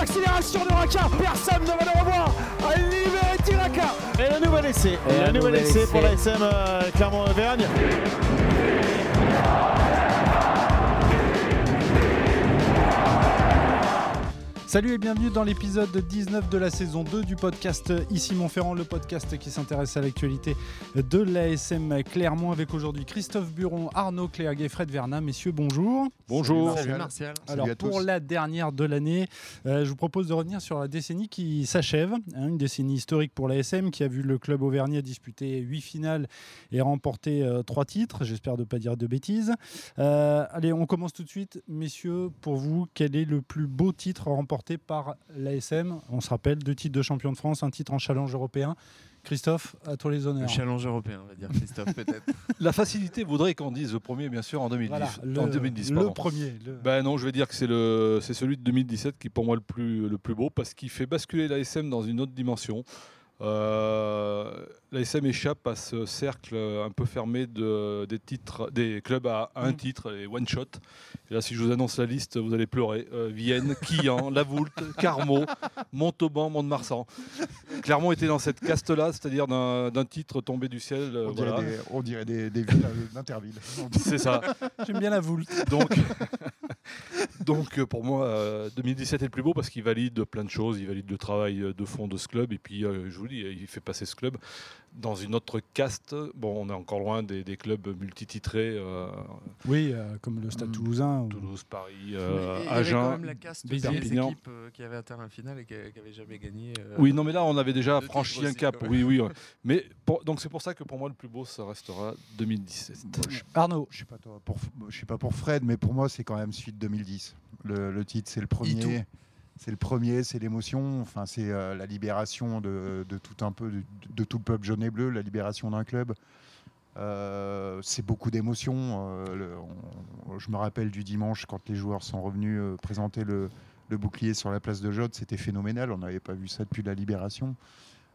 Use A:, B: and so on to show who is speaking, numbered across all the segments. A: l'accélération de Raka. Personne ne va le revoir. Liberty Raka. Et le nouvel essai.
B: Et
A: Et le
B: un
A: nouvel
B: nouvel
A: essai
B: essai.
A: pour la SM euh, Clermont-Auvergne.
C: Salut et bienvenue dans l'épisode 19 de la saison 2 du podcast Ici Montferrand, le podcast qui s'intéresse à l'actualité de l'ASM Clermont avec aujourd'hui Christophe Buron, Arnaud Cléag et Fred Verna. Messieurs, bonjour.
B: Bonjour.
D: Salut Martial.
C: Alors
D: à
C: pour
D: tous.
C: la dernière de l'année, euh, je vous propose de revenir sur la décennie qui s'achève, hein, une décennie historique pour l'ASM qui a vu le club auvergnat disputer huit finales et remporter euh, trois titres, j'espère ne pas dire de bêtises. Euh, allez, on commence tout de suite. Messieurs, pour vous, quel est le plus beau titre remporté par l'ASM On se rappelle, deux titres de champion de France, un titre en challenge européen. Christophe, à toi les
D: Le
C: honneurs.
D: challenge européen, on va dire Christophe peut-être.
B: La facilité voudrait qu'on dise le premier, bien sûr, en 2010.
C: Voilà,
B: en
C: le,
B: 2010,
C: le
B: pardon.
C: premier. le-
E: Ben non, je vais dire que c'est le c'est celui de 2017 qui est pour moi le plus le plus beau parce qu'il fait basculer l'ASM dans une autre dimension. Euh, L'ASM échappe à ce cercle un peu fermé de, des titres des clubs à un
C: Mm.
E: titre et one shot. Et là, si je vous annonce la liste, vous allez pleurer. Euh, Vienne, Quillan, La Voulte, Carmo, Montauban, Mont-de-Marsan. Clermont était dans cette caste-là, c'est-à-dire d'un d'un titre tombé du ciel. euh,
D: On dirait,
E: voilà.
D: des, on dirait des, des villes euh, d'intervilles.
E: C'est ça.
C: J'aime bien la voûte.
E: Donc, donc euh, pour moi, euh, 2017 est le plus beau parce qu'il valide plein de choses. Il valide le travail euh, de fond de ce club. Et puis, euh, je vous dis, il fait passer ce club dans une autre caste. Bon, on est encore loin des, des clubs multititrés euh,
C: Oui, euh, comme le Stade
D: Mm.
C: toulousain. ou-
E: Toulouse, Paris,
D: Mais
E: euh,
D: il y avait quand
E: Agen.
D: même la caste des
C: Béziers.
D: équipes
E: Perpignan.
D: euh, qui avaient atteint la finale et qui n'avaient jamais gagné. euh,
E: Oui, non, mais là, on avait déjà
D: deux
E: franchi
D: titres
E: un
D: aussi,
E: cap.
D: quand même.
E: Oui, oui. ouais. Mais pour- donc, c'est pour ça que pour moi, le plus beau, ça restera 2017.
C: Arnaud.
D: Je
C: je-
D: sais pas toi, pour, je sais pas pour Fred, mais pour moi c'est quand même suite 2010. Le, le titre c'est le premier, c'est le premier, c'est l'émotion. Enfin c'est euh, la libération de, de tout un peu de, de tout le peuple jaune et bleu, la libération d'un club. Euh, c'est beaucoup d'émotions. Euh, le- on- je me rappelle du dimanche quand les joueurs sont revenus euh, présenter le, le bouclier sur la place de Jode, c'était phénoménal. On n'avait pas vu ça depuis la libération.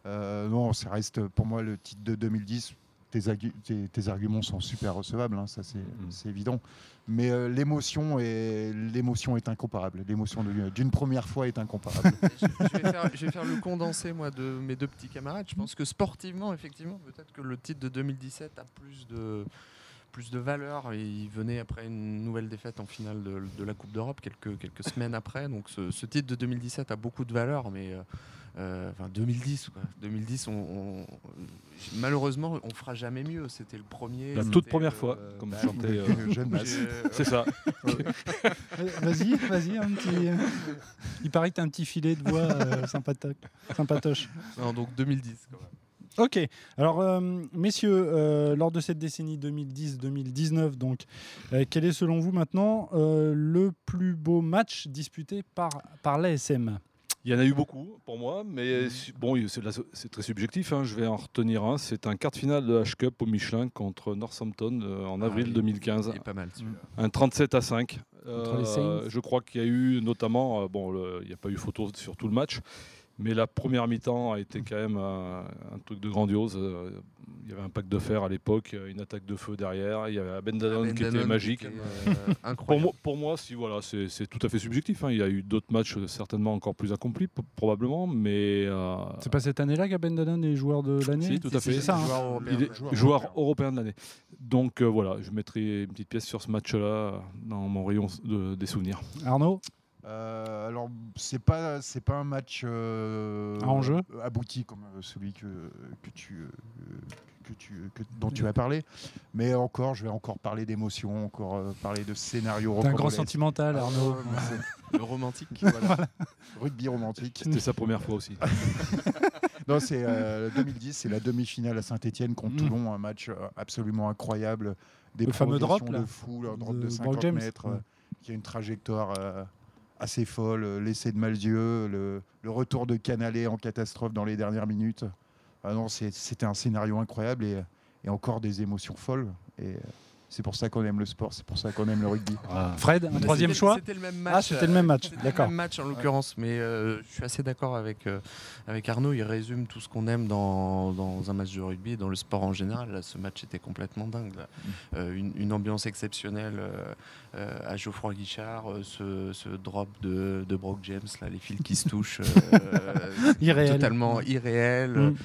D: Euh, non, ça reste pour moi le titre de 2010 tes, argu- tes- tes arguments sont super recevables, hein, ça c'est c'est évident. Mais euh, l'émotion est l'émotion est incomparable. L'émotion de- euh, d'une première fois est incomparable.
F: je, je vais faire, je vais faire le condensé moi de mes deux petits camarades. Je pense que sportivement, effectivement, peut-être que le titre de 2017 a plus de plus de valeur. Il venait après une nouvelle défaite en finale de, de la Coupe d'Europe quelques quelques semaines après. Donc ce, ce titre de 2017 a beaucoup de valeur, mais euh, euh, enfin 2010 quoi. 2010, on, on- malheureusement, on fera jamais mieux. C'était le premier.
E: La
F: c'était
E: toute première
F: le-
E: fois,
F: euh,
E: comme
F: bah,
E: chantait euh,
D: Jeanne Mas.
F: j'ai-
E: C'est ça.
C: Euh, Vas-y, vas-y, un petit. euh, Il paraît que t'as un petit filet de voix euh, sympatoche. sympatoche.
F: Non, donc 2010. Quand même.
C: Ok. Alors, euh, messieurs, euh, lors de cette décennie 2010-2019, donc, euh, quel est selon vous maintenant euh, le plus beau match disputé par, par l'ASM
E: Il y en a eu beaucoup pour moi, mais su- bon, c'est la- c'est très subjectif. hein, je vais en retenir un. C'est un quart de finale de H-Cup au Michelin contre Northampton euh, en
F: Ah
E: avril
F: oui,
E: 2015.
F: Il est pas mal. celui-là.
E: Un 37 à 5.
C: Contre les Saints.
E: je crois qu'il y a eu notamment, euh, bon, le- il n'y a pas eu photo sur tout le match, mais la première mi-temps a été quand même un, un truc de grandiose. Euh, Il y avait un pack de fer à l'époque, euh, une attaque de feu derrière. Il y avait Abendadon
F: Ben
E: qui était
F: Danone,
E: magique.
F: qui était, euh,
E: Pour
F: incroyable.
E: moi, pour moi, si voilà, c'est c'est tout à fait subjectif. hein. Il y a eu d'autres matchs euh, certainement encore plus accomplis, p- probablement, mais euh,
C: C'est pas cette année-là qu'Abendanon est joueur de l'année
E: Si, tout à
C: C'est
E: fait.
C: ça, hein.
F: Joueur européen
E: il
F: de
E: est
F: la-
E: joueur,
D: européen.
E: européen de l'année. Donc euh, voilà, je mettrai une petite pièce sur ce match-là euh, dans mon rayon s- de- des souvenirs.
C: Arnaud
D: Euh, alors c'est pas c'est pas un match euh,
C: À enjeu
D: abouti comme euh, celui que, que tu euh, que tu que- dont tu as parlé, mais encore je vais encore parler d'émotion, encore euh, parler de scénario.
C: T'es un grand
D: rocambolesque.
C: sentimental, Arnaud.
D: Ah, ouais,
F: Le romantique.
D: c'est- voilà. Rugby romantique.
E: C'était sa première fois aussi.
F: Ah,
D: Non, c'est euh, 2010, c'est la demi-finale à Saint-Etienne contre
C: Mm.
D: Toulon, un match euh, absolument incroyable. Des
C: Le fameux drop,
D: prolongations
C: là,
D: de fou, le drop
C: de
D: de,
C: Brock
D: 50
C: James.
D: mètres, euh,
C: Ouais.
D: qui a une trajectoire euh, assez folle, euh, l'essai de Malzieu, le, le retour de Canalé en catastrophe dans les dernières minutes. Ah non, c'est- c'était un scénario incroyable et, et encore des émotions folles. Et, euh, C'est pour ça qu'on aime le sport, c'est pour ça qu'on aime le rugby.
E: Euh,
C: Fred, un
F: Mais
C: troisième
F: c'était-
C: choix
F: C'était le même match.
C: Ah, c'était le même match,
F: C'était le
C: d'accord.
F: même match en l'occurrence, mais euh, je suis assez d'accord avec, euh, avec Arnaud. Il résume tout ce qu'on aime dans, dans un match de rugby et dans le sport en général. Là, ce match était complètement dingue. là.
C: Mm.
F: Euh, une, une ambiance exceptionnelle euh, euh, à Geoffroy Guichard, euh, ce, ce drop de, de Brock James, là, les fils qui se touchent, euh,
C: Irréel.
F: totalement irréel.
C: Mm.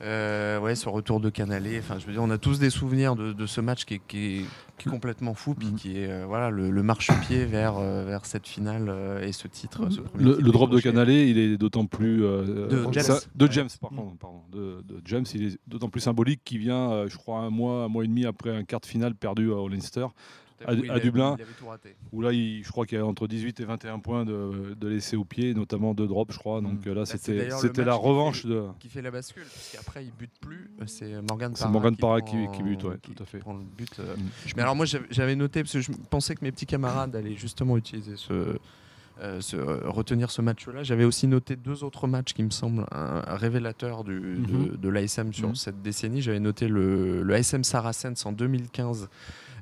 F: Euh, ouais, ce retour de Canalé. Enfin, je veux dire, on a tous des souvenirs de, de ce match qui est, qui est- qui est complètement fou, puis
D: Mhm.
F: qui est euh, voilà le, le marchepied vers euh, vers cette finale euh, et ce titre. euh, ce premier
E: Le,
F: titre
E: le drop de
F: décroché.
E: Canalé, il est d'autant plus. euh,
F: De
E: euh,
F: James.
E: ça- de James, par
C: Mm.
E: contre, pardon. De, de James, il est d'autant plus symbolique qu'il vient, euh, je crois, un mois, un mois et demi après un quart de finale perdu euh, à Leinster,
F: Tout coup,
E: à-
F: il
E: à
F: avait-
E: Dublin.
F: il avait tout raté.
E: où là, il- je crois qu'il y a entre 18 et 21 points de, de laissés au pied, notamment deux drops, je crois. Donc euh, là,
F: Mm. c'est
E: c'était
F: d'ailleurs le
E: c'était
F: match
E: la
F: qui fait-
E: revanche de.
F: Qui fait la bascule, parce qu'après il bute plus. euh, C'est Morgan
E: C'est Morgan Parra qui-
F: prend-
E: qui bute, ouais, tout à fait.
F: prend le but. euh,
E: Mm.
F: Mais alors moi j'avais- j'avais noté parce que je pensais que mes petits camarades allaient justement utiliser ce, euh, ce- euh, retenir ce match-là. J'avais aussi noté deux autres matchs qui me semblent un, un révélateur du, de, de l'ASM sur
D: Mhm.
F: cette décennie. J'avais noté le, le ASM Saracens en 2015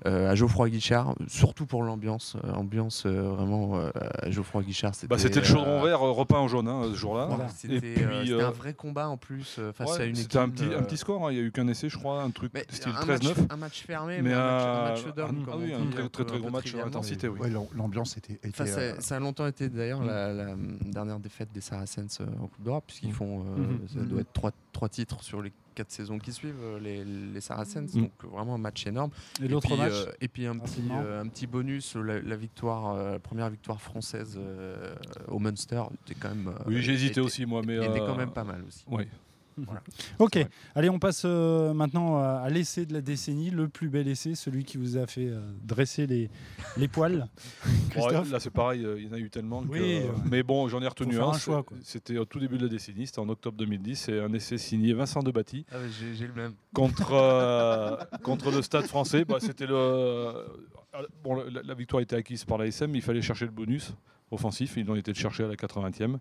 F: euh, à Geoffroy Guichard, surtout pour l'ambiance, euh, ambiance euh, vraiment euh, à Geoffroy Guichard.
E: Bah, C'était le chaudron
F: euh,
E: vert euh, repeint en jaune hein, ce jour-là.
F: voilà,
C: Et
F: C'était
E: puis,
F: euh, c'était
E: euh,
F: un vrai combat en plus euh, face
E: Ouais,
F: à une équipe.
E: C'était un petit, un
F: euh,
E: petit score, hein, il n'y a eu qu'un essai, je crois, un truc
F: mais
E: style
F: un match- euh,
E: 13-9.
F: Un match fermé, mais,
E: Mais
F: un
E: un-
F: match, un match d'homme.
E: un-
F: comme
E: ah
F: on
E: oui, un
F: dit, euh,
E: très,
F: peu-
E: très, très
F: un
E: gros
F: peu
E: match à
F: trivialement.
E: l'intensité, oui.
D: euh, Ouais, l'am- L'ambiance était. était,
F: Enfin,
D: euh,
F: c'est- ça a longtemps été d'ailleurs la, la,
E: Mm.
F: hum, dernière défaite des Saracens euh, en Coupe d'Europe, puisqu'ils font, euh,
C: Mhm.
F: ça
E: Mm-hmm.
F: doit être trois, trois titres sur les quatre saisons qui suivent, euh, les, les Saracens.
E: Mhm.
F: Donc euh, vraiment un match énorme.
C: Et l'autre
F: puis,
C: match
F: euh, Et puis un petit,
C: rapidement.
F: euh, un petit bonus, euh, la, la victoire, euh, la première victoire française euh, au Munster, était quand même. euh,
E: Oui, j'ai hésité
F: était-
E: aussi, moi, mais.
F: était
E: euh,
F: quand même pas mal aussi.
E: ouais.
C: Ok,
F: c'est vrai.
C: allez, on passe euh, maintenant à, à l'essai de la décennie, le plus bel essai, celui qui vous a fait euh, dresser les, les poils. Christophe
E: Ouais, là, c'est pareil, euh, il y en a eu tellement. que-
C: Oui, euh,
E: mais bon, j'en ai retenu
C: faire
E: un.
C: un choix, quoi.
E: C'était au tout début de la décennie, c'était en octobre 2010. C'est un essai signé Vincent Debatti
F: Ah, mais j'ai j'ai le même.
E: contre, euh, contre le stade français. Bah, c'était le. euh, Bon, la, la victoire était acquise par l'ASM, il fallait chercher le bonus offensif. Ils l'ont été le chercher à la 80e.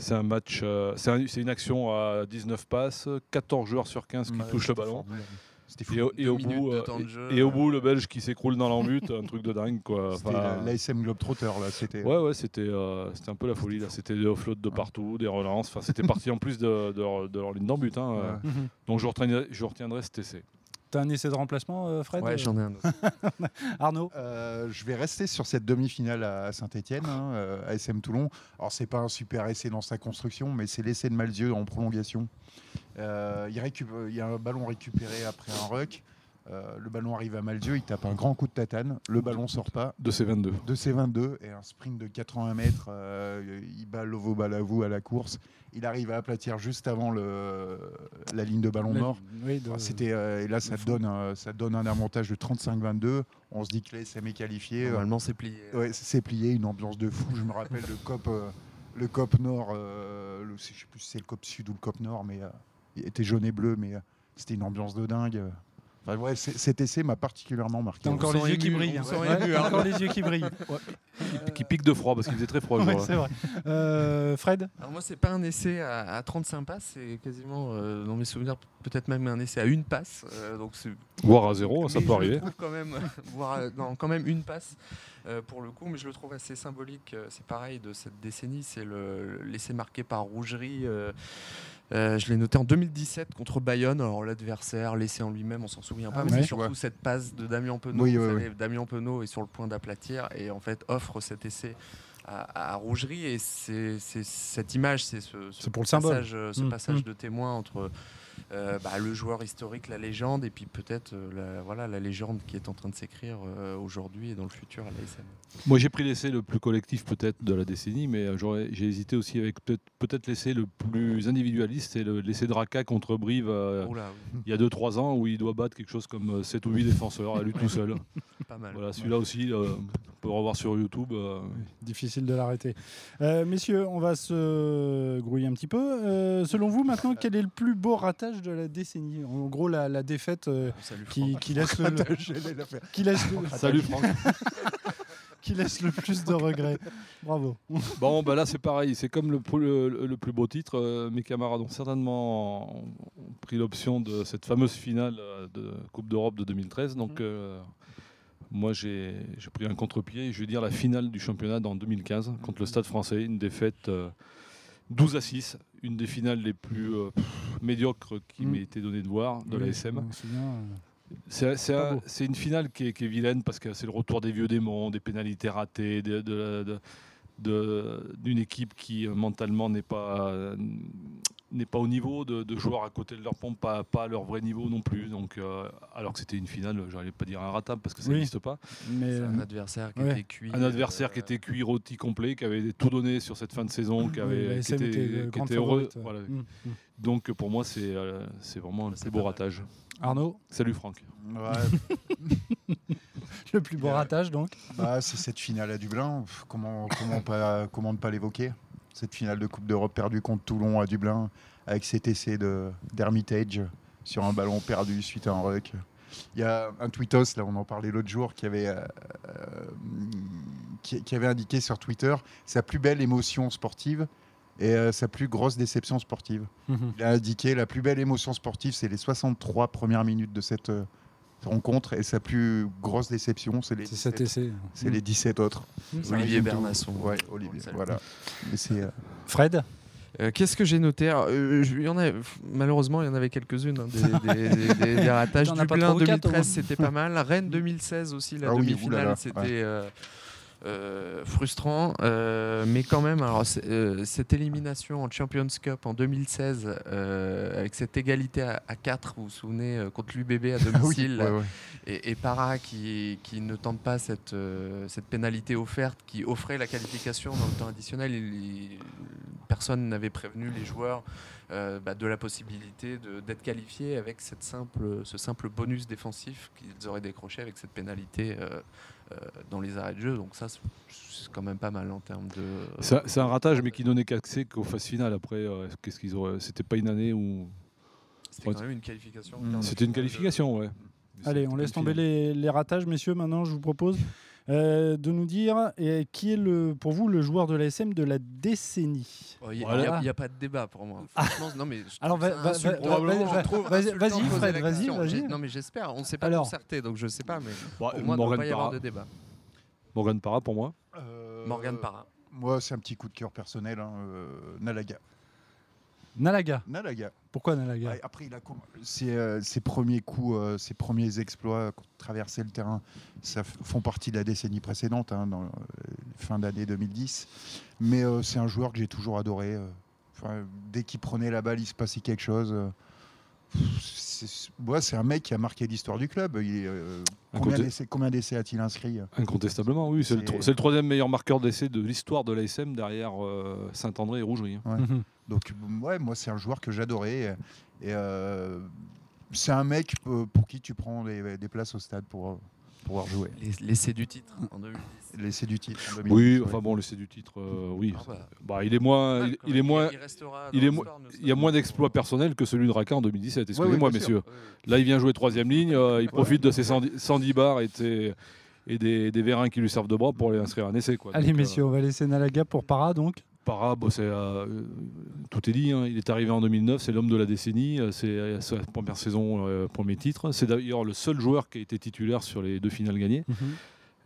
E: C'est un match, euh, c'est un- c'est une action à 19 passes, 14 joueurs sur 15 qui
D: ouais,
E: touchent le
D: c'était
E: ballon.
D: formidable. C'était fou.
E: Et, au- et
F: Deux
E: au
F: minutes
E: bout,
F: de
E: euh,
F: temps de jeu,
E: et, et au
F: euh.
E: bout, le Belge qui s'écroule dans l'embute, un truc de dingue quoi.
D: C'était
E: Enfin,
D: la- l'ASM Globetrotter, là. C'était.
E: Ouais, ouais, c'était euh, c'était un peu la folie. là. C'était des offloads de partout, des relances. Enfin, c'était parti en plus de, de leur, de leur ligne d'en but. hein.
D: Ouais.
C: Mhm.
E: Donc, je retiendrai, je retiendrai cet essai.
C: T'as un essai de remplacement, euh, Fred
F: Ouais, j'en ai un autre.
C: Arnaud
D: Euh, je vais rester sur cette demi-finale à hein, euh, Saint-Etienne, ASM Toulon. Alors, c'est pas un super essai dans sa construction, mais c'est l'essai de Malzieu en prolongation. Euh, il, récup- il y a un ballon récupéré après un ruck. Euh, le ballon arrive à Malzieu, il tape un grand coup de tatane. Le ballon sort pas.
E: De ces 22.
D: De ses 22 et un sprint de 80 mètres, euh, il bat Lovo Balavou à la course. Il arrive à aplatir juste avant le, la ligne de ballon
C: Le-
D: mort.
C: oui, de-
F: Ah,
D: Enfin, C'était euh, et là ça donne un, ça donne un avantage de 35-22. On se dit que l'ASM est qualifié. Euh,
F: Normalement, c'est plié.
D: ouais, c'est plié, une ambiance de fou. Je me rappelle le cop euh, le cop nord, euh, le, je sais plus si c'est le cop sud ou le cop nord, mais euh, il était jaune et bleu, mais euh, c'était une ambiance de dingue. Enfin, ouais, c- cet essai m'a particulièrement marqué.
C: T'as encore les
F: sent
C: yeux qui
F: ému, on
C: brillent. hein.
F: sent
C: Ouais,
F: ému,
C: t'as
F: hein.
C: encore les yeux qui brillent.
E: Qui, qui pique de froid parce qu'il faisait très froid. le
C: Ouais,
E: jour-là.
C: c'est vrai. Euh, Fred
F: Alors moi, c'est pas un essai à, à 35 passes, c'est quasiment, euh, dans mes souvenirs, peut-être même un essai à une passe. euh, donc c'est-
E: Voire à zéro, hein, ça
F: mais
E: peut
F: je
E: arriver.
F: le trouve quand même, voire, euh, non, quand même une passe euh, pour le coup, mais je le trouve assez symbolique. euh, C'est pareil de cette décennie, c'est le- l'essai marqué par Rougerie. euh, euh, je l'ai noté en 2017 contre Bayonne. Alors l'adversaire, l'essai en lui-même, on s'en souvient pas,
C: Ah
F: mais
C: ouais.
F: c'est surtout cette passe de Damien Penaud.
D: Oui,
F: vous
D: oui, oui.
F: savez, Damien Penaud est sur le point d'aplatir et en fait offre cet essai à, à Rougerie et c'est c'est cette image, c'est ce, ce
C: C'est pour le symbole.
F: passage, euh, ce
C: Mm,
F: passage
C: mm.
F: de témoin entre euh, bah, le joueur historique, la légende et puis peut-être euh, la, voilà, la légende qui est en train de s'écrire euh, aujourd'hui et dans le futur à l'ASM.
E: Moi, j'ai pris l'essai le plus collectif peut-être de la décennie, mais euh, j'aurais- j'ai hésité aussi avec peut-être peut-être l'essai le plus individualiste. C'est le- l'essai de Raka contre Brive euh,
F: Oula, oui,
E: il y a 2-3 ans où il doit battre quelque chose comme 7 ou 8 défenseurs à lui tout seul.
F: pas mal.
E: Voilà, celui-là aussi, euh, on peut le revoir sur YouTube. euh,
C: Difficile de l'arrêter. Euh, messieurs, on va se grouiller un petit peu. Euh, selon vous, maintenant, quel est le plus beau ratage de la décennie En gros, la, la défaite euh,
F: On salue
C: qui,
F: Franck.
C: qui laisse le,
D: J'allais la faire.
C: qui laisse le-
E: Salut Franck.
C: qui laisse le plus de regrets. Bravo.
E: Bon, bah là, c'est pareil. C'est comme le, pou- le- le plus beau titre. Euh, mes camarades ont certainement ont- ont pris l'option de cette fameuse finale euh, de Coupe d'Europe de 2013. Donc, euh, Moi, j'ai j'ai pris un contre-pied. Je veux dire la finale du championnat en 2015 contre le Stade français, une défaite euh, 12 à 6, une des finales les plus euh, pff, médiocres qui
C: Mm.
E: m'ait été donnée de voir de la SM.
C: Je me souviens, euh,
E: C'est c'est
C: Pas
E: un-
C: beau.
E: c'est une finale qui est, qui est vilaine parce que c'est le retour des vieux démons, des pénalités ratées, de- de- de- de- d'une équipe qui euh, mentalement n'est pas, euh, n'est pas au niveau, de, de joueurs à côté de leur pompe, pas, pas à leur vrai niveau non plus. Donc, euh, alors que c'était une finale, j'allais pas dire un ratable parce que ça
C: Oui.
E: n'existe pas.
C: mais
F: C'est
C: euh,
F: un adversaire qui
C: ouais.
F: était cuit.
E: Un adversaire
F: euh,
E: qui était cuit rôti complet, qui avait tout donné sur cette fin de saison, qui,
C: oui, la
E: avait, qui
C: SM
E: était,
C: était, euh,
E: qui
C: grande
E: était heureux.
C: favorite.
E: Voilà.
C: Mm, mm.
E: Donc pour moi, c'est euh, c'est vraiment le
F: C'est
E: plus
F: pas
E: beau
F: mal.
E: ratage.
C: Arnaud,
E: Salut Franck.
D: Ouais,
C: le plus beau
D: Euh,
C: ratage donc.
D: bah, c'est cette finale à Dublin. Pff, Comment, comment, pas, comment ne pas l'évoquer Cette finale de Coupe d'Europe perdue contre Toulon à Dublin, avec cet essai de- d'Hermitage sur un ballon perdu suite à un ruck. Il y a un tweetos, là, on en parlait l'autre jour, qui avait, euh, euh, qui, qui avait indiqué sur Twitter sa plus belle émotion sportive et euh, sa plus grosse déception sportive.
C: Mm-hmm.
D: Il a indiqué la plus belle émotion sportive, c'est les 63 premières minutes de cette euh, rencontre. Et sa plus grosse déception, c'est les,
C: C'est cet
D: 17
C: essai.
D: c'est les 17 autres.
C: Mm.
F: Olivier Bernasson.
D: Ouais, Olivier,
F: Salut.
D: voilà. Mais c'est, euh,
C: Fred,
F: Euh, Qu'est-ce que j'ai noté Alors, euh, je- il y en a, pff, Malheureusement, il y en avait quelques-unes. hein, des, des- des- des- des ratages.
C: T'en as pas
F: Dublin
C: trois ou quatre, au moins.
F: 2013, c'était pas mal. Rennes 2016 aussi, la
D: Ah oui,
F: demi-finale,
D: oulala,
F: c'était
D: ouais.
F: euh, euh, frustrant. Euh, mais quand même, alors, c'est- euh, cette élimination en Champions Cup en 2016, euh, avec cette égalité à, 4, vous vous souvenez, euh, contre l'UBB à
D: ah oui,
F: domicile,
D: ouais, ouais.
F: et, et Para qui, qui ne tente pas cette, euh, cette pénalité offerte qui offrait la qualification dans le temps additionnel. il- il- personne n'avait prévenu les joueurs euh, bah, de la possibilité de- d'être qualifiés avec cette simple, ce simple bonus défensif qu'ils auraient décroché avec cette pénalité euh, euh, dans les arrêts de jeu. Donc ça, c'est- c'est quand même pas mal en termes de...
E: C'est un- c'est un ratage, mais qui donnait qu'accès qu'aux phases finales. Après, euh, qu'est-ce qu'ils auraient C'était pas une année où.
F: C'était quand même une qualification.
D: Mm.
E: C'était une qualification, ouais.
C: allez, on laisse tomber les, les ratages, messieurs. Maintenant, je vous propose euh, de nous dire euh, qui est le, pour vous le joueur de la SM de la décennie.
F: Il n'y
C: Voilà.
F: Oh, a, pas de débat pour moi.
E: Ah.
F: Franchement, non, mais je trouve
C: Alors, va-
F: ça
C: va- va-
F: insultant.
C: va- va-
F: Je
C: va-
F: trouve
C: vas-y,
F: insultant
C: vas-y,
F: de poser
C: Fred,
F: la
C: vas-y,
F: question.
C: vas-y.
F: J'ai- Non, mais j'espère. On ne s'est pas
C: Alors.
F: concerté, donc je ne sais pas. Mais
E: Bah,
F: pour moi, il ne doit pas
E: Morgan
F: y avoir
E: Parra.
F: de débat.
E: Morgan Parra pour moi.
D: Euh,
F: Morgane Parra.
D: Moi, c'est un petit coup de cœur personnel. hein, euh, Nalaga.
C: Nalaga.
D: Nalaga.
C: Pourquoi Nalaga
D: Ouais, après, il a com- ses, euh, ses premiers coups, euh, ses premiers exploits, traverser le terrain, ça f- font partie de la décennie précédente, hein, dans euh, fin d'année 2010. Mais euh, c'est un joueur que j'ai toujours adoré. euh. Enfin, dès qu'il prenait la balle, il se passait quelque chose. euh. Pff, C'est ouais, c'est un mec qui a marqué l'histoire du club. Il est, euh,
E: Un
D: combien
E: côté-
D: d'essais- combien d'essais a-t-il inscrit euh?
E: Incontestablement, oui. C'est le,
D: C'est-
E: tro- c'est le troisième meilleur marqueur d'essai de l'histoire de l'ASM derrière euh, Saint-André et Rougerie. hein.
C: Mhm.
D: Donc, ouais, moi, c'est un joueur que j'adorais. Et, et, euh, c'est un mec euh, pour qui tu prends des, des places au stade pour euh, pouvoir jouer.
F: Les- L'essai du titre en 2010.
D: L'essai du titre. en 2010,
E: Oui,
D: ouais.
E: enfin bon, l'essai du titre, euh, oui.
F: Ah bah,
E: Bah, il est moins. Il, il est moins
F: restera
E: il
F: dans
E: est
F: l'histoire, ne
E: il y a
F: serait-ce
E: moins
F: que-
E: d'exploits personnels que celui de Raka en 2017.
D: ouais,
E: Excusez-moi,
D: bien
E: messieurs.
D: sûr.
F: Ouais, ouais.
E: Là, il vient jouer troisième ligne. euh, il profite de ses 110 110 bars et, de ses- et des, des vérins qui lui servent de bras pour aller inscrire un essai. Quoi.
C: Allez,
E: Donc, euh,
C: messieurs, on va laisser Nalaga pour Para donc.
E: Parra, bon, c'est, euh, euh, tout est dit. hein. Il est arrivé en 2009, c'est l'homme de la décennie. euh, C'est euh, sa première saison, euh, premier titre. C'est d'ailleurs le seul joueur qui a été titulaire sur les deux finales gagnées.
C: Mm-hmm.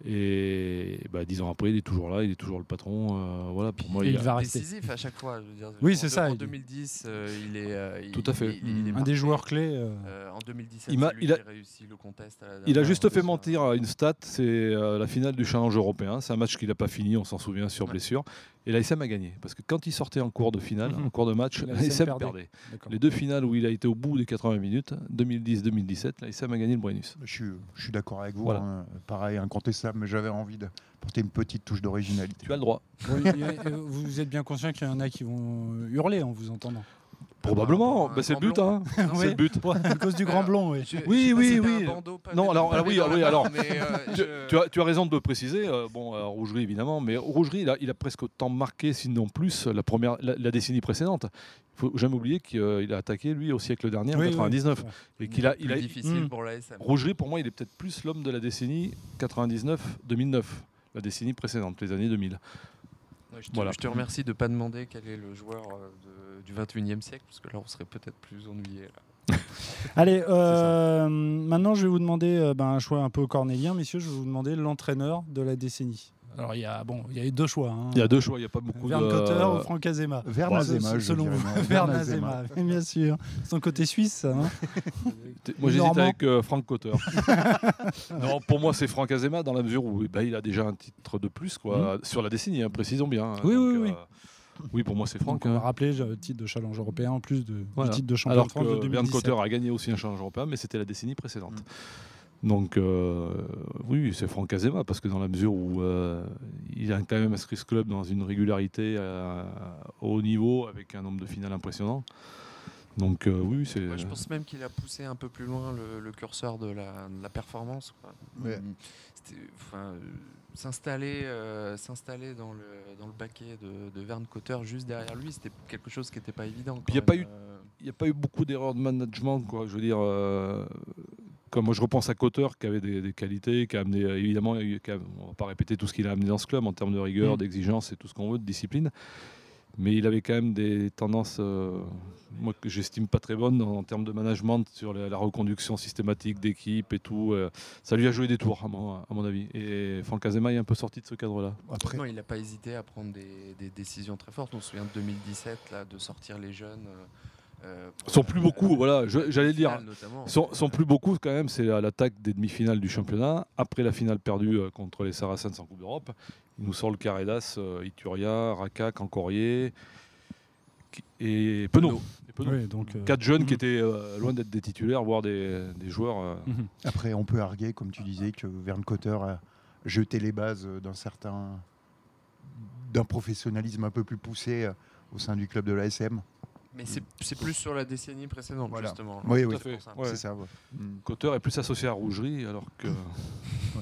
E: Et bah, dix ans après, il est toujours là, il est toujours le patron. euh, voilà, pour moi,
C: Et
E: il
C: il
E: a-
C: va rester.
F: décisif à chaque fois. je veux dire.
C: Oui,
F: En
C: c'est
F: de-
C: ça,
F: En
C: il-
F: 2010, euh, il est. euh, il-
E: Tout à fait. Hum.
F: il- il est
C: Un
F: marqué.
C: des joueurs clés. euh,
F: Euh, en 2017,
E: Il m'a-
F: c'est lui
E: il a-
F: qui réussi le contest. à la
E: il a
F: dernière
E: juste fait
F: occasion.
E: mentir à une stat, c'est euh, la finale du challenge européen. C'est un match qu'il n'a pas fini, on s'en souvient, sur
F: Ouais.
E: blessure. Et l'ASM a gagné. Parce que quand il sortait en cours de finale,
C: Mhm.
E: en cours de match,
C: La
E: l'ASM
C: SM
E: perdait.
C: perdait.
E: Les deux finales où il a été au bout des 80 minutes, 2010-2017, l'ASM a gagné le bonus.
D: Je suis, je suis d'accord avec vous.
E: Voilà.
D: hein. Pareil, incontestable, mais j'avais envie de porter une petite touche d'originalité.
E: Tu as le droit.
C: Bon, il y a- euh, vous êtes bien conscient qu'il y en a qui vont euh, hurler en vous entendant.
E: Probablement,
F: Par rapport à Ah, un
E: Bah, c'est le but.
F: grand
E: Hein.
F: blanc.
E: C'est le but.
C: À cause du grand
F: Alors,
C: blond, oui.
F: Je- je
E: Oui,
F: sais pas
E: oui,
F: si t'as
E: oui.
F: un bandeau pavé-
E: Non, alors, alors,
F: pavé
E: oui,
F: dans
E: ah
F: la
E: oui,
F: main,
E: alors.
F: mais, euh,
E: Tu,
F: je-
E: tu as, tu as raison de le préciser. euh, bon, euh, Rougerie évidemment, mais Rougerie, il a, il a presque autant marqué, sinon plus, la, première, la, la décennie précédente. Il faut jamais oublier qu'il euh, il a attaqué, lui, au siècle dernier, en
C: Oui, oui.
E: 99. Et qu'il a, il
F: plus
E: a,
F: difficile
C: Hmm.
F: pour la SM.
E: Rougerie, pour moi, il est peut-être plus l'homme de la décennie 99-2009, la décennie précédente, les années 2000.
F: Ouais, je, te,
E: Voilà.
F: je te remercie de ne pas demander quel est le joueur euh, de- du 21e siècle, parce que là, on serait peut-être plus ennuyé. là.
C: Allez, euh, maintenant je vais vous demander euh, ben, un choix un peu cornélien, messieurs. Je vais vous demander l'entraîneur de la décennie. Alors il y a bon, il y a eu deux choix. hein.
E: Il y a deux choix, il n'y a pas beaucoup
C: Vern
E: de.
C: Cotter ou Franck Azema.
D: Vernazema, je
C: selon
D: dirais,
C: vous.
D: non,
C: Vern
D: Vernazema.
C: Azema, bien sûr. Son côté suisse, ça, hein.
E: T'es- Moi j'hésite
C: Normand.
E: avec euh, Franck Cotter. non, pour moi c'est Franck Azema dans la mesure où eh ben, il a déjà un titre de plus quoi, sur la décennie, hein, précisons bien. hein.
C: Mm. Oui, oui, oui.
E: euh, oui, pour moi c'est Franck.
C: Donc, on va
E: hein.
C: rappeler euh, le titre de challenge européen en plus de,
E: Voilà.
C: du titre de champion
E: Alors
C: de France de
E: que Bern
C: 2017.
E: Cotter a gagné aussi un challenge européen, mais c'était la décennie précédente.
C: Mm.
E: Donc euh, oui, c'est Franck Azema parce que dans la mesure où euh, il a quand même inscrit ce club dans une régularité euh, au haut niveau avec un nombre de finales impressionnant. Donc euh, oui, c'est.
F: Moi, je pense même qu'il a poussé un peu plus loin le, le curseur de la, de la performance. quoi.
D: Ouais.
F: Il- c'était- enfin, euh, S'installer euh, s'installer dans, le, dans le baquet de, de Verne Cotter juste derrière lui, c'était quelque chose qui n'était pas évident. quand
E: Puis il y a
F: même.
E: pas eu-
F: Euh,
E: il n'y a pas eu beaucoup d'erreurs de management, quoi. Je veux dire, euh, comme moi, je repense à Cotter qui avait des, des qualités, qui a amené, euh, évidemment, il- qui a- on ne va pas répéter tout ce qu'il a amené dans ce club en termes de rigueur,
C: Mm.
E: d'exigence et tout ce qu'on veut, de discipline. Mais il avait quand même des tendances, euh, moi, que j'estime pas très bonnes en, en termes de management sur la, la reconduction systématique d'équipe et tout. euh, ça lui a joué des tours, à mon, à mon avis. Et Franck Azema est un peu sorti de ce cadre-là.
D: Après,
F: Non, il n'a pas hésité à prendre des, des décisions très fortes. On se souvient de 2017, là, de sortir les jeunes. euh, pour
E: Ils sont
F: la- euh,
E: plus beaucoup, voilà, je- j'allais dire.
F: finale, notamment.
E: Son, son plus beau coup, quand même, c'est à l'attaque des demi-finales du championnat. Après la finale perdue euh, contre les Saracens en Coupe d'Europe, il nous sort le carré d'as euh, Ituria, Raka, Cancorier qui- et Penaud. Et Penaud.
C: Oui, donc, euh,
E: Quatre jeunes qui
C: Mhm.
E: étaient euh, loin d'être des titulaires, voire des, des joueurs. euh,
D: après, on peut arguer, comme tu disais, que Verne Cotter a jeté les bases euh, d'un certain d'un professionnalisme un peu plus poussé euh, au sein du club de l'ASM.
F: Mais c'est c'est plus sur la décennie précédente,
D: Voilà.
F: justement.
D: Oui, oui,
E: à fait,
F: pour ça.
E: ouais.
D: c'est ça. ouais. Mm.
E: Cotter est plus associé à Rougerie, alors que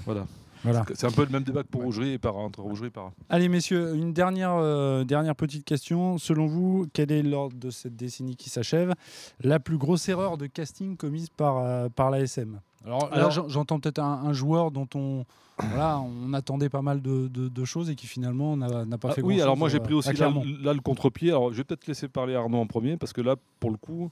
E: voilà,
C: voilà.
E: c'est un peu le même débat que pour Rougerie et par entre Rougerie et par.
C: Allez, messieurs, une dernière, euh, dernière petite question. Selon vous, quelle est l'ordre de cette décennie qui s'achève La plus grosse erreur de casting commise par, euh, par l'ASM Alors, là,
E: Alors-
C: j'en- j'entends peut-être un, un joueur dont on, voilà, on attendait pas mal de, de- de choses et qui finalement n'a n'a pas
E: Ah
C: fait
E: oui,
C: grand-chose,
E: alors moi j'ai
C: euh,
E: pris aussi
C: à
E: là,
C: Clermont.
E: là le contre-pied. Alors je vais peut-être laisser parler Arnaud en premier parce que là, pour le coup,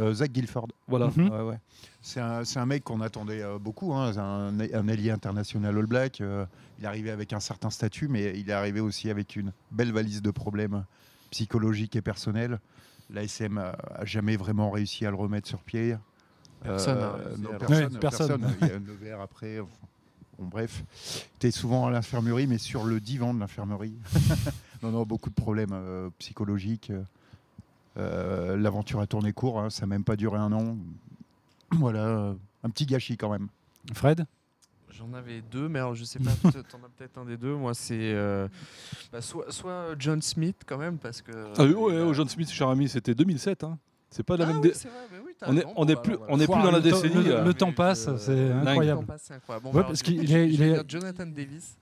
D: Euh, Zach Guilford.
E: voilà.
C: Mhm.
D: Ouais, ouais. C'est un, c'est un mec qu'on attendait euh, beaucoup, hein, c'est un, un allié international All Black. euh, il est arrivé avec un certain statut, mais il est arrivé aussi avec une belle valise de problèmes psychologiques et personnels. L'ASM a, a jamais vraiment réussi à le remettre sur pied.
F: Personne, hein,
D: Euh,
F: c'est
D: non,
F: alors-
D: personne,
C: Ouais, personne.
D: personne. Il y a Nevers après. enfin, Bon, bref, tu es souvent à l'infirmerie, mais sur le divan de l'infirmerie. non, non, beaucoup de problèmes euh, psychologiques. Euh, L'aventure a tourné court, hein, ça n'a même pas duré un an. Voilà, euh, un petit gâchis quand même.
C: Fred
F: J'en avais deux, mais alors je sais pas, peut-être- t'en as peut-être un des deux. Moi, c'est euh, bah, soit, soit John Smith, quand même, parce que.
E: Ah oui, ouais,
F: il a-
E: ouais, John Smith, cher ami, c'était 2007. hein. C'est pas la
F: Ah
E: même.
F: oui,
E: dé-
F: c'est vrai, mais oui, t'as
E: on est-
F: raison.
E: on
F: Bon,
E: est
F: bah,
E: plus-
F: bah,
E: on est
F: voilà.
E: plus dans la
C: le temps-
E: décennie,
C: Le,
E: là.
C: le temps
F: Mais
C: passe,
F: je-
C: c'est
E: Dingue.
C: incroyable.
F: Le temps passe, c'est incroyable. Bon,
C: Ouais,
F: bah,
C: parce
F: je vais-
C: qu'il est-
F: je
C: il
F: vais
C: est-
F: dire Jonathan Davis,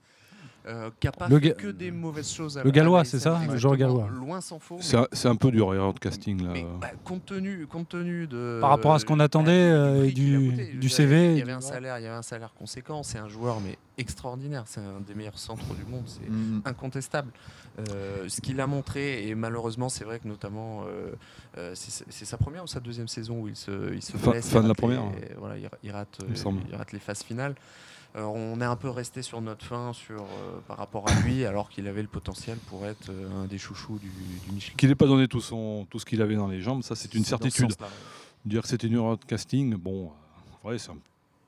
F: euh, qui a pas
C: Le
F: fait
C: Ga-
F: que des mauvaises choses. à
C: le
F: la-
C: Gallois,
F: à la
C: c'est
F: SM,
C: ça Le joueur
F: exactement.
C: gallois. Euh.
F: Loin s'en faut.
E: C'est un- c'est un peu dur, erreur de casting là.
F: Mais bah, compte tenu, compte tenu de
C: Par rapport à ce qu'on
F: bah,
C: attendait, euh, et
F: prix qu'il a
C: du-
F: coûté, je
C: du
F: veux dire,
C: CV,
F: il
C: et
F: y avait
C: du-
F: un salaire, il y avait un salaire conséquent. C'est un joueur mais extraordinaire. C'est un des meilleurs centres du monde. C'est incontestable. Euh, ce qu'il a montré et malheureusement c'est vrai que notamment euh, euh, c'est c'est sa première ou sa deuxième saison où il se, il se
E: Fin-
F: blesse,
E: fin de
F: il
E: la
F: rate les-
E: première.
F: voilà, il, il rate,
E: me
F: euh,
E: semble.
F: il rate les phases finales. Alors, on est un peu resté sur notre fin sur, euh, par rapport à lui alors qu'il avait le potentiel pour être euh, un des chouchous du, du Michelin.
E: Qu'il n'ait pas donné tout, son, tout ce qu'il avait dans les jambes, ça c'est une
F: dans ce
E: certitude.
F: sens-là.
E: Dire que c'était une erreur de casting, bon, euh, ouais, c'est un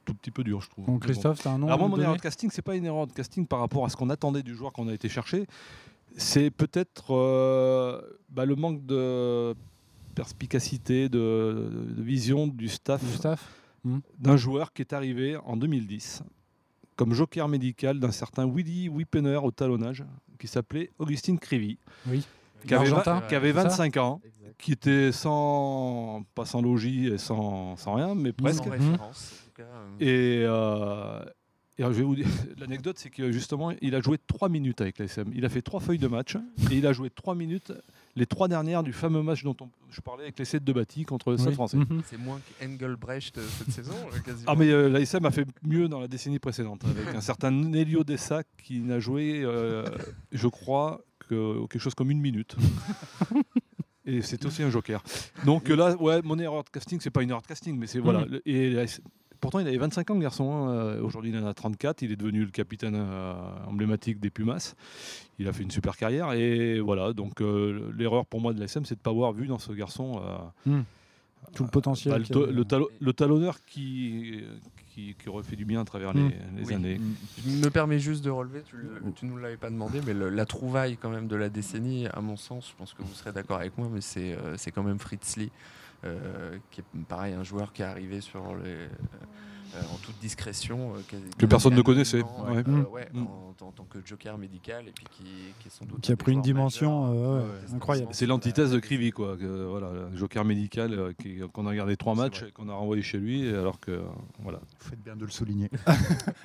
E: tout petit peu dur, je trouve.
C: Donc
E: Mais bon.
C: Christophe, t'as un nom
E: Alors
C: à
E: moi,
C: nous
E: mon erreur
C: donner
E: de casting, c'est pas une erreur de casting par rapport à ce qu'on attendait du joueur qu'on a été chercher. C'est peut-être euh, bah, le manque de perspicacité, de, de vision du staff,
C: du staff
E: d'un joueur qui est arrivé en 2010 comme joker médical d'un certain Willy Whippener au talonnage qui s'appelait Augustine Crivy,
C: Oui.
E: qui avait,
C: L'Argentin,
E: vingt- euh, qui
C: c'est
E: avait
C: ça
E: 25 ans, qui était sans, pas sans logis et sans, sans rien, mais presque.
F: Sans référence, en tout cas, euh,
E: Mmh. Et, euh, et alors, je vais vous dire, l'anecdote, c'est que justement, il a joué 3 minutes avec l'ASM. Il a fait 3 feuilles de match et il a joué 3 minutes, les 3 dernières du fameux match dont on- je parlais avec l'essai de Bati contre le Stade
C: Oui.
E: français.
C: Mhm.
F: C'est moins qu'Engelbrecht euh, cette saison, euh, quasiment.
E: Ah mais euh, l'ASM a fait mieux dans la décennie précédente avec un certain Nelio Dessac qui n'a joué, euh, je crois, que quelque chose comme une minute. Et c'était aussi un joker. Donc euh, là, ouais, mon erreur de casting, c'est pas une erreur de casting, mais c'est voilà. Le- Et la- pourtant, il avait 25 ans, le garçon. hein. Euh, Aujourd'hui, il en a 34. Il est devenu le capitaine euh, emblématique des Pumas. Il a fait une super carrière. Et voilà, donc euh, l'erreur pour moi de l'ASM, c'est de pas avoir vu dans ce garçon. euh,
C: Tout le potentiel.
E: bah, le,
C: qu'il y
E: to-
C: avait.
E: le talo- le talonneur qui, qui, qui aurait fait du bien à travers les,
C: Mm.
E: les
F: Oui.
E: années.
F: Je me permets juste de relever, tu,
E: Mm.
F: le- tu nous l'avais pas demandé, mais le- la trouvaille quand même de la décennie, à mon sens, je pense que vous serez d'accord avec moi, mais c'est euh, c'est quand même Fritz Lee, euh, qui est pareil, un joueur qui est arrivé sur les, euh, en toute discrétion. euh, qui a- qui a-
E: personne ne
F: anonymement,
E: connaissait,
F: euh,
E: ouais.
F: euh, ouais,
E: Mm.
F: en, en tant que joker médical, et puis qui, qui est sans doute.
C: Qui
F: un
C: a
F: des
C: pris une
F: joueurs
C: dimension euh,
F: majeurs, euh,
C: ouais,
F: des
C: incroyable.
E: C'est l'antithèse de Crivi, quoi. que, voilà, le joker médical euh, qui- qu'on a gardé trois
F: C'est
E: matchs
F: vrai.
E: et qu'on a renvoyé chez lui, alors que euh, voilà.
D: Vous faites bien de le souligner.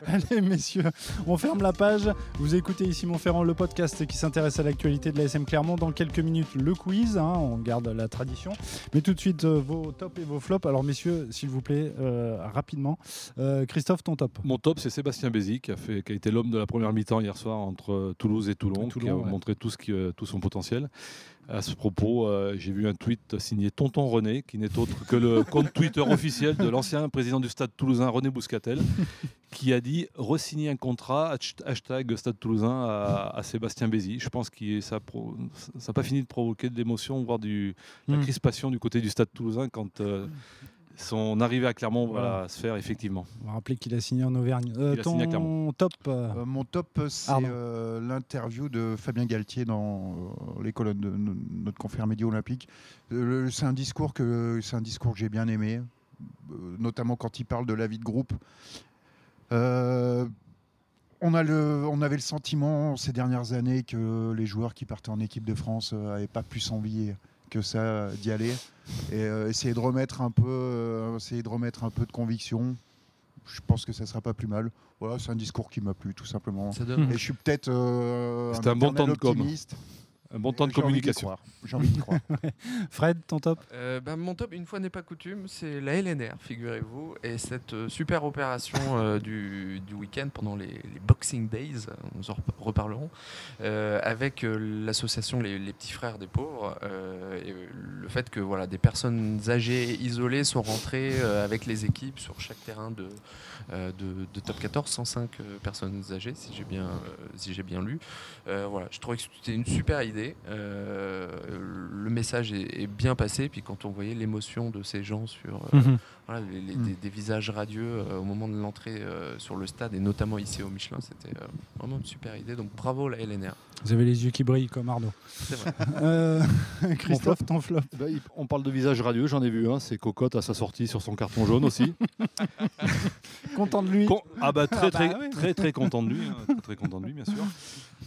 C: Allez, messieurs, on ferme la page. Vous écoutez ici Ferrand, le podcast qui s'intéresse à l'actualité de la SM Clermont. Dans quelques minutes, le quiz. hein, on garde la tradition. Mais tout de suite, euh, vos tops et vos flops. Alors, messieurs, s'il vous plaît, euh, rapidement. Euh, Christophe, ton top.
E: Mon top, c'est Sébastien Bézi, qui a, fait, qui a été l'homme de la première mi-temps hier soir entre euh, Toulouse et Toulon,
C: Toulon,
E: qui a
C: ouais.
E: montré tout, ce qui, euh, tout son potentiel. À ce propos, euh, j'ai vu un tweet signé Tonton René, qui n'est autre que le compte Twitter officiel de l'ancien président du stade toulousain, René Bouscatel, qui a dit resigner un contrat, hasht- hashtag stade toulousain, à, à Sébastien Bézi. Je pense que ça pro- ça n'a pas fini de provoquer de l'émotion, voire du, de la
C: Mm.
E: crispation du côté du stade toulousain quand. euh, son arrivée à Clermont va
C: Voilà.
E: se faire effectivement.
C: On va rappeler qu'il a signé en Auvergne. Euh,
E: Il a
C: ton
E: signé à Clermont.
C: top. euh,
D: Euh, mon top, c'est
C: Arnaud.
D: euh, l'interview de Fabien Galtier dans euh, les colonnes de no- notre confrère média olympique. Euh, le- c'est un discours que c'est un discours que j'ai bien aimé, euh, notamment quand il parle de la vie de groupe. Euh, on, a le, on avait le sentiment ces dernières années que les joueurs qui partaient en équipe de France n'avaient pas plus envie que ça euh, d'y aller et euh, essayer de remettre un peu, euh, essayer de remettre un peu de conviction. Je pense que ça sera pas plus mal. Voilà, c'est un discours qui m'a plu tout simplement.
F: Ça donne-
D: Et je suis peut-être euh,
E: C'était un bon
D: éternel
E: temps de com.
D: optimiste.
E: Un bon temps de
D: J'ai envie d'y
E: communication.
D: croire. J'ai envie d'y croire.
C: Fred, ton top.
F: Euh, bah, mon top, une fois n'est pas coutume, c'est la LNR, figurez-vous, et cette euh, super opération euh, du, du week-end pendant les, les Boxing Days, euh, nous en rep- reparlerons, euh, avec euh, l'association les, les Petits Frères des Pauvres, euh, et euh, le fait que voilà, des personnes âgées et isolées sont rentrées euh, avec les équipes sur chaque terrain de, euh, de, de top 14, 105 euh, personnes âgées, si j'ai bien, euh, si j'ai bien lu. Euh, voilà, je trouvais que c'était une super idée. Euh, le message est, est bien passé. Puis quand on voyait l'émotion de ces gens sur euh,
C: Mhm.
F: voilà, les- les- des, des visages radieux euh, au moment de l'entrée euh, sur le stade et notamment ici au Michelin, c'était euh, vraiment une super idée. Donc bravo la LNR.
C: Vous avez les yeux qui brillent comme Arnaud.
F: C'est vrai.
C: Euh, Christophe, ton flop.
E: hein.
B: Bah, il- on parle de visage radieux, j'en ai vu un, c'est Cocotte à sa sortie sur son carton jaune aussi.
C: Content de lui.
E: Con- ah bah très
C: Ah bah
E: très,
C: oui.
E: très très content de lui, hein, très, très content de lui bien sûr.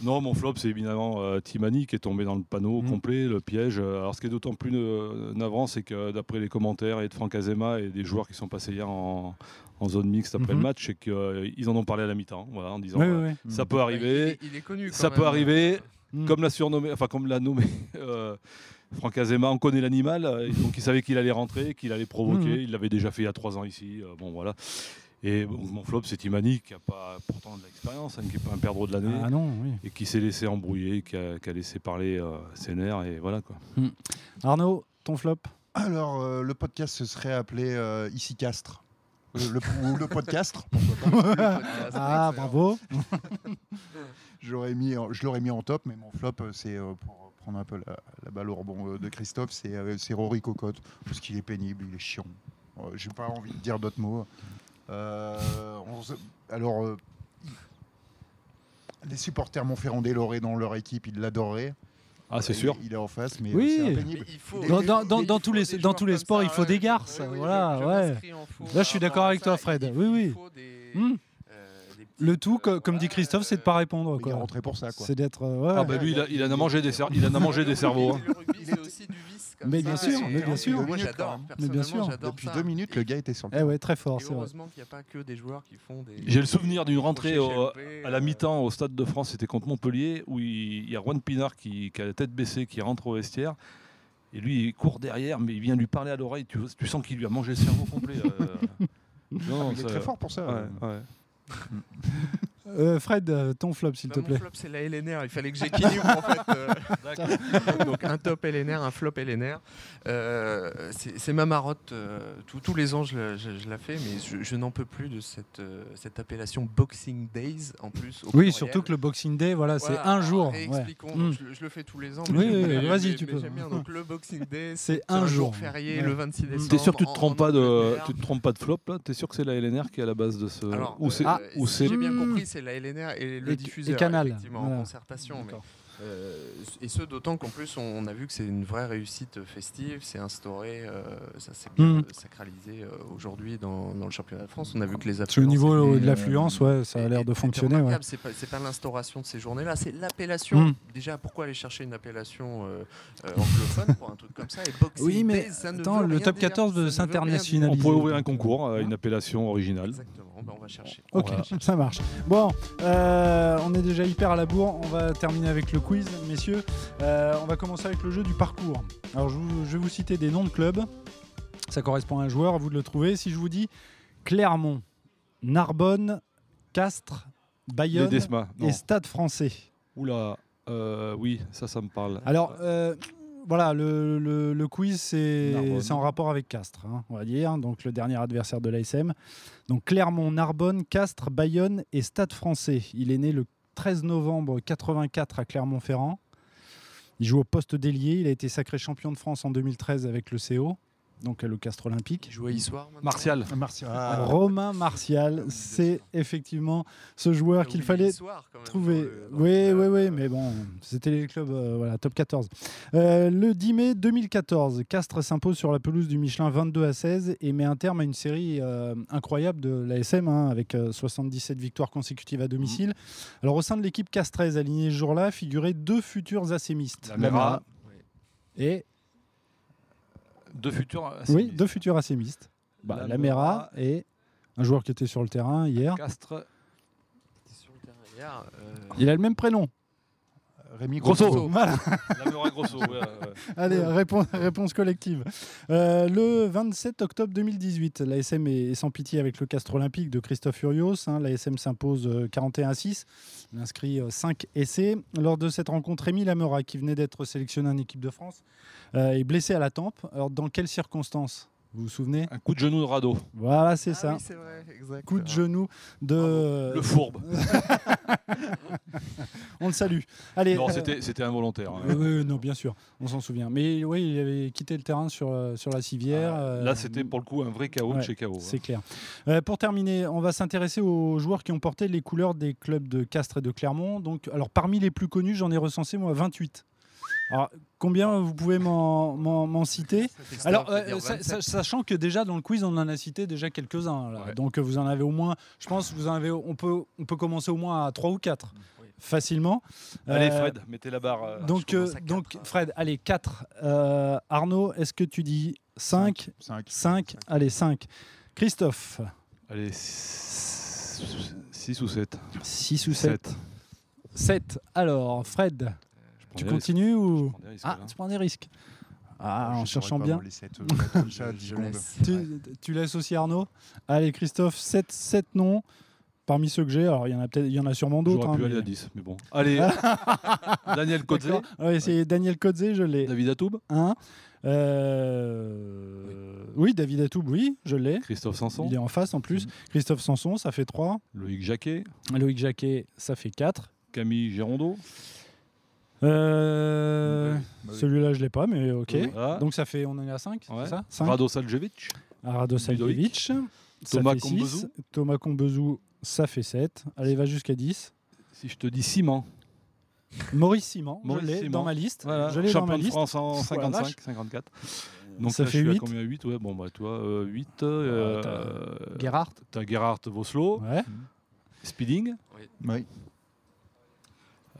E: Non, mon flop c'est évidemment euh, Timani qui est tombé dans le panneau
C: Mm.
E: complet, le piège. Euh, Alors ce qui est d'autant plus euh, navrant c'est que d'après les commentaires et de Franck Azema et des joueurs qui sont passés hier en, en zone mixte après
C: Mhm.
E: le match, c'est qu'ils en ont parlé à la mi-temps, voilà, en disant
C: Ouais,
E: euh,
C: ouais, ouais.
E: ça peut
B: Bah,
E: arriver.
F: Il, il est connu. quand
E: Ça
F: même.
E: peut arriver.
C: Mm.
E: Comme l'a surnommé, enfin comme l'a nommé euh, Franck Azema, on connaît l'animal, euh, donc il savait qu'il allait rentrer, qu'il allait provoquer,
C: Mhm.
E: il l'avait déjà fait il y a trois ans ici, euh, bon voilà. Et bon, mon flop, c'est Imani qui a pas pourtant de l'expérience, hein, qui n'est pas un perdreau de l'année,
C: Ah non, oui.
E: et qui s'est laissé embrouiller, qui a, qui a laissé parler euh, ses nerfs, et voilà quoi.
C: Arnaud, ton flop.
D: Alors, euh, le podcast se serait appelé euh, Ici Castres. Le, le- ou le podcast, pourquoi pas.
F: Le podcast,
C: Ah,
F: excellent.
C: bravo.
D: J'aurais mis, en- je l'aurais mis en top, mais mon flop, euh, c'est euh, pour prendre un peu la, la balle au rebond euh, de Christophe, c'est euh, c'est Rory Cocotte, parce qu'il est pénible, il est chiant. Euh, J'ai pas envie de dire d'autres mots. Euh, on se- alors, euh, les supporters Montferrand-des Loré dans leur équipe, ils l'adoraient.
E: Ah c'est
D: Il-
E: sûr.
D: Il est en face, mais
C: Oui.
D: euh, c'est
F: Mais
D: impénible.
F: il faut-
C: Dans- dans-
F: il
C: dans-
F: faut
C: dans
F: des
C: tous les-
F: joueurs
C: dans tous les
F: comme
C: sports,
F: ça,
C: il faut
F: ouais,
C: des
F: je-
C: garces,
F: oui, oui, je-
C: voilà,
F: je
C: ouais.
F: m'inscris en faux
C: Là, je suis
F: par
C: d'accord
F: rapport à
C: avec toi,
F: ça.
C: Fred.
F: Il
C: Oui, oui.
F: faut des-
C: Hmm.
F: euh, des petites,
C: Le tout, co-
F: euh,
C: comme dit
F: voilà,
C: Christophe, c'est de
F: euh,
C: pas répondre.
D: Il est
C: quoi.
D: rentré pour ça, quoi.
C: C'est d'être. euh, ouais.
E: Ah bah lui, il, a, il en a mangé des, cer- il en a mangé des cerveaux. hein.
F: Le rugby, c'est aussi du vice. comme
C: Mais
F: ça,
C: bien sûr,
F: et-
C: mais bien
F: et
C: sûr.
F: Moi, j'adore. hein,
D: Mais
C: bien
F: personnellement,
C: sûr.
F: j'adore
D: Depuis
F: ça.
D: deux minutes, le
F: Et-
D: gars était sur le
C: Eh ouais, très fort,
F: et
C: c'est vrai.
F: heureusement qu'il n'y a pas que des joueurs qui font des.
E: J'ai le souvenir d'une
F: des
E: rentrée
F: crochets
E: au-
F: chez LP,
E: À la
F: euh,
E: mi-temps, au Stade de France, c'était contre Montpellier, où il il y a Juan Pinard qui, qui a la tête baissée, qui rentre au vestiaire. Et lui, il court derrière, mais il vient lui parler à l'oreille. Tu, tu sens qu'il lui a mangé le cerveau complet. là. euh. non,
D: Il est
E: ça-
D: très fort pour ça.
E: Ouais, ouais.
C: Euh, Fred, euh, ton flop, s'il
F: Bah,
C: te
F: mon
C: plaît.
F: flop, c'est la LNR. Il fallait que j'équilibre en fait. euh, Donc un top LNR, un flop LNR. Euh, c'est c'est ma marotte. euh, tous- tous les ans, je, la- je- je la fais, mais je, je n'en peux plus de cette, euh, cette appellation Boxing Days en plus. au
C: Oui,
F: pluriel.
C: surtout que le Boxing Day, voilà, c'est
F: Voilà,
C: un jour.
F: et
C: ouais.
F: Expliquons,
C: Mm.
F: je, le- je le fais tous les ans.
C: Oui,
F: j'aime
C: oui,
F: bien,
C: oui, vas-y,
F: mais-
C: tu
F: mais
C: peux.
F: j'aime bien. Donc le Boxing Day,
C: C'est
F: c'est
C: un jour.
F: férié
C: Ouais.
F: le 26 décembre.
E: T'es sûr que tu te
F: en-
E: trompes
F: en
E: pas de,
F: Angleterre.
E: tu te trompes pas de flop là T'es sûr que c'est la LNR qui est à la base de ce
F: Alors,
E: ou c'est
F: euh,
E: ah,
F: si
E: ou c'est
F: j'ai bien
C: Hmm.
F: compris, c'est la LNR et le
C: Et- et
F: diffuseur,
C: Canal,
F: effectivement,
C: voilà.
F: en concertation. mais, euh, et ce, d'autant qu'en plus, on, on a vu que c'est une vraie réussite festive, c'est instauré, euh, ça s'est bien
C: Hmm.
F: euh, sacralisé euh, aujourd'hui dans, dans le championnat de France. On a vu que les
C: Sur le
F: affluences
C: niveau euh,
F: étaient,
C: de l'affluence, ouais, ça a
F: et-
C: l'air
F: et-
C: de
F: et
C: fonctionner.
F: remarquable,
C: ouais.
F: C'est pas, c'est pas l'instauration de ces journées-là, c'est l'appellation.
C: Mm.
F: Déjà, pourquoi aller chercher une appellation euh, euh, anglophone pour un truc comme ça Et Boxing
C: Oui, mais
F: Day, ça ne
C: attends,
F: veut
C: le
F: rien
C: top
F: dire,
C: 14
F: ça
C: veut
F: ne veut rien dire.
C: s'internationaliser.
E: on pourrait ouvrir un concours à une appellation originale.
F: Exactement, ben, on va chercher.
C: Ok,
E: Voilà.
C: ça marche. Bon, euh, on est déjà hyper à la bourre. On va terminer avec le quiz, messieurs. Euh, on va commencer avec le jeu du parcours. Alors, je, vous- je vais vous citer des noms de clubs. Ça correspond à un joueur, à vous de le trouver. Si je vous dis Clermont, Narbonne, Castres,
E: Les
C: Bayonne
E: Desma. Non.
C: et Stade français.
E: Oula. euh, oui, ça, ça me parle.
C: Alors, euh, voilà, le, le- le quiz, c'est
E: Narbonne.
C: c'est en rapport avec Castres, hein, on va dire, donc le dernier adversaire de l'ASM. Donc Clermont, Narbonne, Castres, Bayonne et Stade français. Il est né le 13 novembre 84 à Clermont-Ferrand. Il joue au poste d'ailier. Il a été sacré champion de France en 2013 avec le CO, donc euh, le Castres
F: Qui
C: olympique.
F: joue à Issoire maintenant
E: Martial.
D: Ah,
E: Ah,
C: Romain Martial, c'est effectivement ce joueur qu'il
F: Ah Oui,
C: fallait
F: Issoire, quand même,
C: trouver.
F: dans le- dans le
C: oui, oui,
F: club,
C: oui,
F: euh,
C: mais bon, c'était les clubs euh, voilà, top 14. Euh, le 10 mai 2014, Castres s'impose sur la pelouse du Michelin 22 à 16 et met un terme à une série euh, incroyable de l'ASM hein, avec euh, 77 victoires consécutives à domicile. Alors, au sein de l'équipe castraise alignée ce jour-là, figuraient deux futurs assémistes.
E: Lamela.
C: Et,
E: Deux futurs.
C: oui, deux futurs assémistes. Bah,
E: Lamela.
C: Lamera et un joueur qui était sur le terrain hier.
E: Castres.
F: qui était sur le terrain hier, euh,
C: Il a le même prénom.
D: Rémi
E: Grosso.
D: Grosso.
C: Voilà.
E: Lamera Grosso. ouais, ouais.
C: Allez, réponse, réponse collective. Euh, le 27 octobre 2018, l'ASM est, est sans pitié avec le Castre Olympique de Christophe hein. Furios. L'ASM s'impose euh, 41 à 6. Il inscrit 5 essais. Lors de cette rencontre, Rémi Lamora, qui venait d'être sélectionné en équipe de France, euh, est blessé à la tempe. Alors, dans quelles circonstances Vous vous souvenez
E: Un coup de genou de radeau.
C: Voilà, c'est
F: ah
C: ça.
F: oui, c'est vrai, exact.
C: Coup de genou de. Euh,
E: Bravo. Le fourbe.
C: On le salue. Allez.
E: non,
C: euh,
E: c'était c'était involontaire. hein.
C: oui, oui, non, bien sûr, on s'en souvient. Mais oui, il avait quitté le terrain sur, euh, sur la civière. euh,
E: Ah, Là, c'était pour le coup un vrai chaos
C: ouais,
E: de chez chaos.
F: hein.
C: C'est clair. Euh, pour terminer, on va s'intéresser aux joueurs qui ont porté les couleurs des clubs de Castres et de Clermont. Donc, alors parmi les plus connus, j'en ai recensé moi 28. Alors, combien vous pouvez m'en- m'en m'en citer alors, euh, sa- sa- sachant que déjà dans le quiz, on en a cité déjà quelques-uns. là.
E: Ouais.
C: Donc, euh, vous en avez au moins, je pense, que vous en avez, on, peut, on peut commencer au moins à 3 ou 4
F: Oui.
C: facilement.
E: Allez,
C: Euh,
E: Fred, mettez la barre. euh,
C: donc,
F: je commence
C: euh,
F: à quatre,
C: donc
F: hein.
C: Fred, allez, 4. Arnaud, est-ce que tu dis 5
D: 5.
C: 5 Allez, 5. Christophe,
E: Allez, 6 ou 7
C: 6 ou 7 7. Alors, Fred, tu continues ou
E: hein.
C: Ah, tu prends des risques. Ah, en cherchant bien.
D: euh,
C: Tu, tu laisses aussi Arnaud Allez, Christophe, 7, 7 noms. Parmi ceux que j'ai, alors il y en a peut-être, il y en a sûrement d'autres.
E: J'aurais pu
C: hein,
E: aller
C: mais-
E: à 10, mais bon. Allez, Daniel Cotzé,
C: D'accord. Ouais, c'est Daniel Codzé, je l'ai.
E: David Atoub,
C: 1. Euh... Oui, David Atoub, oui, je l'ai.
E: Christophe Sanson,
C: Il est en face en plus. Christophe Sanson, ça fait 3.
E: Loïc Jacquet,
C: Loïc Jacquet, ça fait 4.
E: Camille Gérondeau.
C: Euh,
E: Bah
C: Bah Celui-là, je l'ai pas, mais ok.
E: Voilà.
C: Donc ça fait, on en est à 5,
E: Ah. Ouais.
C: c'est ça 5
E: Rado Saljevic,
C: Arado Saljevic. ça
E: Thomas
C: fait six.
E: Kombezou.
C: Thomas Kombezou, ça fait 7. Allez, va jusqu'à 10.
E: si je te dis Ciment,
C: Maurice Simon, je
E: Maurice
C: l'ai
E: Simon.
C: dans ma liste.
E: Voilà.
C: Je l'ai dans ma
E: champion de
C: liste.
E: France en
C: Pff, la Euh,
E: 55, 54. Donc
C: Ça
E: là,
C: fait
E: je suis
C: huit. Euh,
E: à combien 8 Ouais, bon, bah toi, 8.
C: t'as- Gerhardt.
E: euh, T'as Gerhard Voslo,
C: Ouais.
E: Speeding.
D: Oui.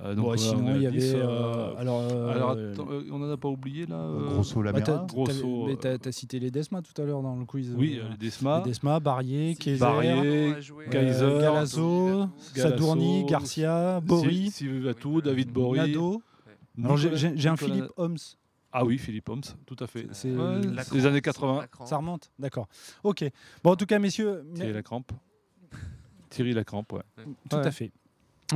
E: Euh,
C: Bon,
E: voilà, on
C: sinon,
E: est à
C: il y avait.
E: 10, euh,
C: euh, alors, euh,
E: Alors, attends, euh, on en a pas oublié là euh,
D: Grosso
C: bah, t'as-
D: Lamera.
E: grosso,
C: t'avais- mais
E: euh,
C: t'as- t'as cité les Desma tout à l'heure dans le quiz.
E: Oui,
C: euh,
E: euh, les
C: les
E: Desma.
C: Desma, Barrier, Kayser,
E: Barrier, Kaiser,
C: euh, Galasso,
E: Galasso,
C: Satourny, Garcia, Bory,
E: Si- Sylvie Vatou, David Bory.
C: Nado. Alors, j'ai- j'ai j'ai un Philippe Holmes.
E: Ah oui, Philippe Homs, tout à fait.
C: C'est-
E: Ouais,
C: La
E: c'est les années 80.
C: Ça remonte D'accord. Ok. Bon, en tout cas, messieurs,
E: C'est la crampe. Thierry Lacrampe. ouais.
C: Tout
A: Ouais.
C: à fait.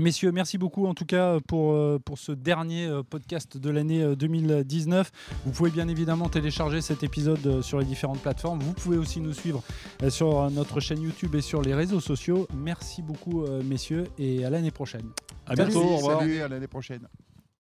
C: Messieurs, merci beaucoup en tout cas pour, euh, pour ce dernier euh, podcast de l'année euh, 2019. Vous pouvez bien évidemment télécharger cet épisode euh, sur les différentes plateformes. Vous pouvez aussi nous suivre euh, sur euh, notre chaîne YouTube et sur les réseaux sociaux. Merci beaucoup euh, messieurs et à l'année prochaine.
E: À bientôt. au
D: Merci,
E: revoir.
D: salut, à l'année prochaine.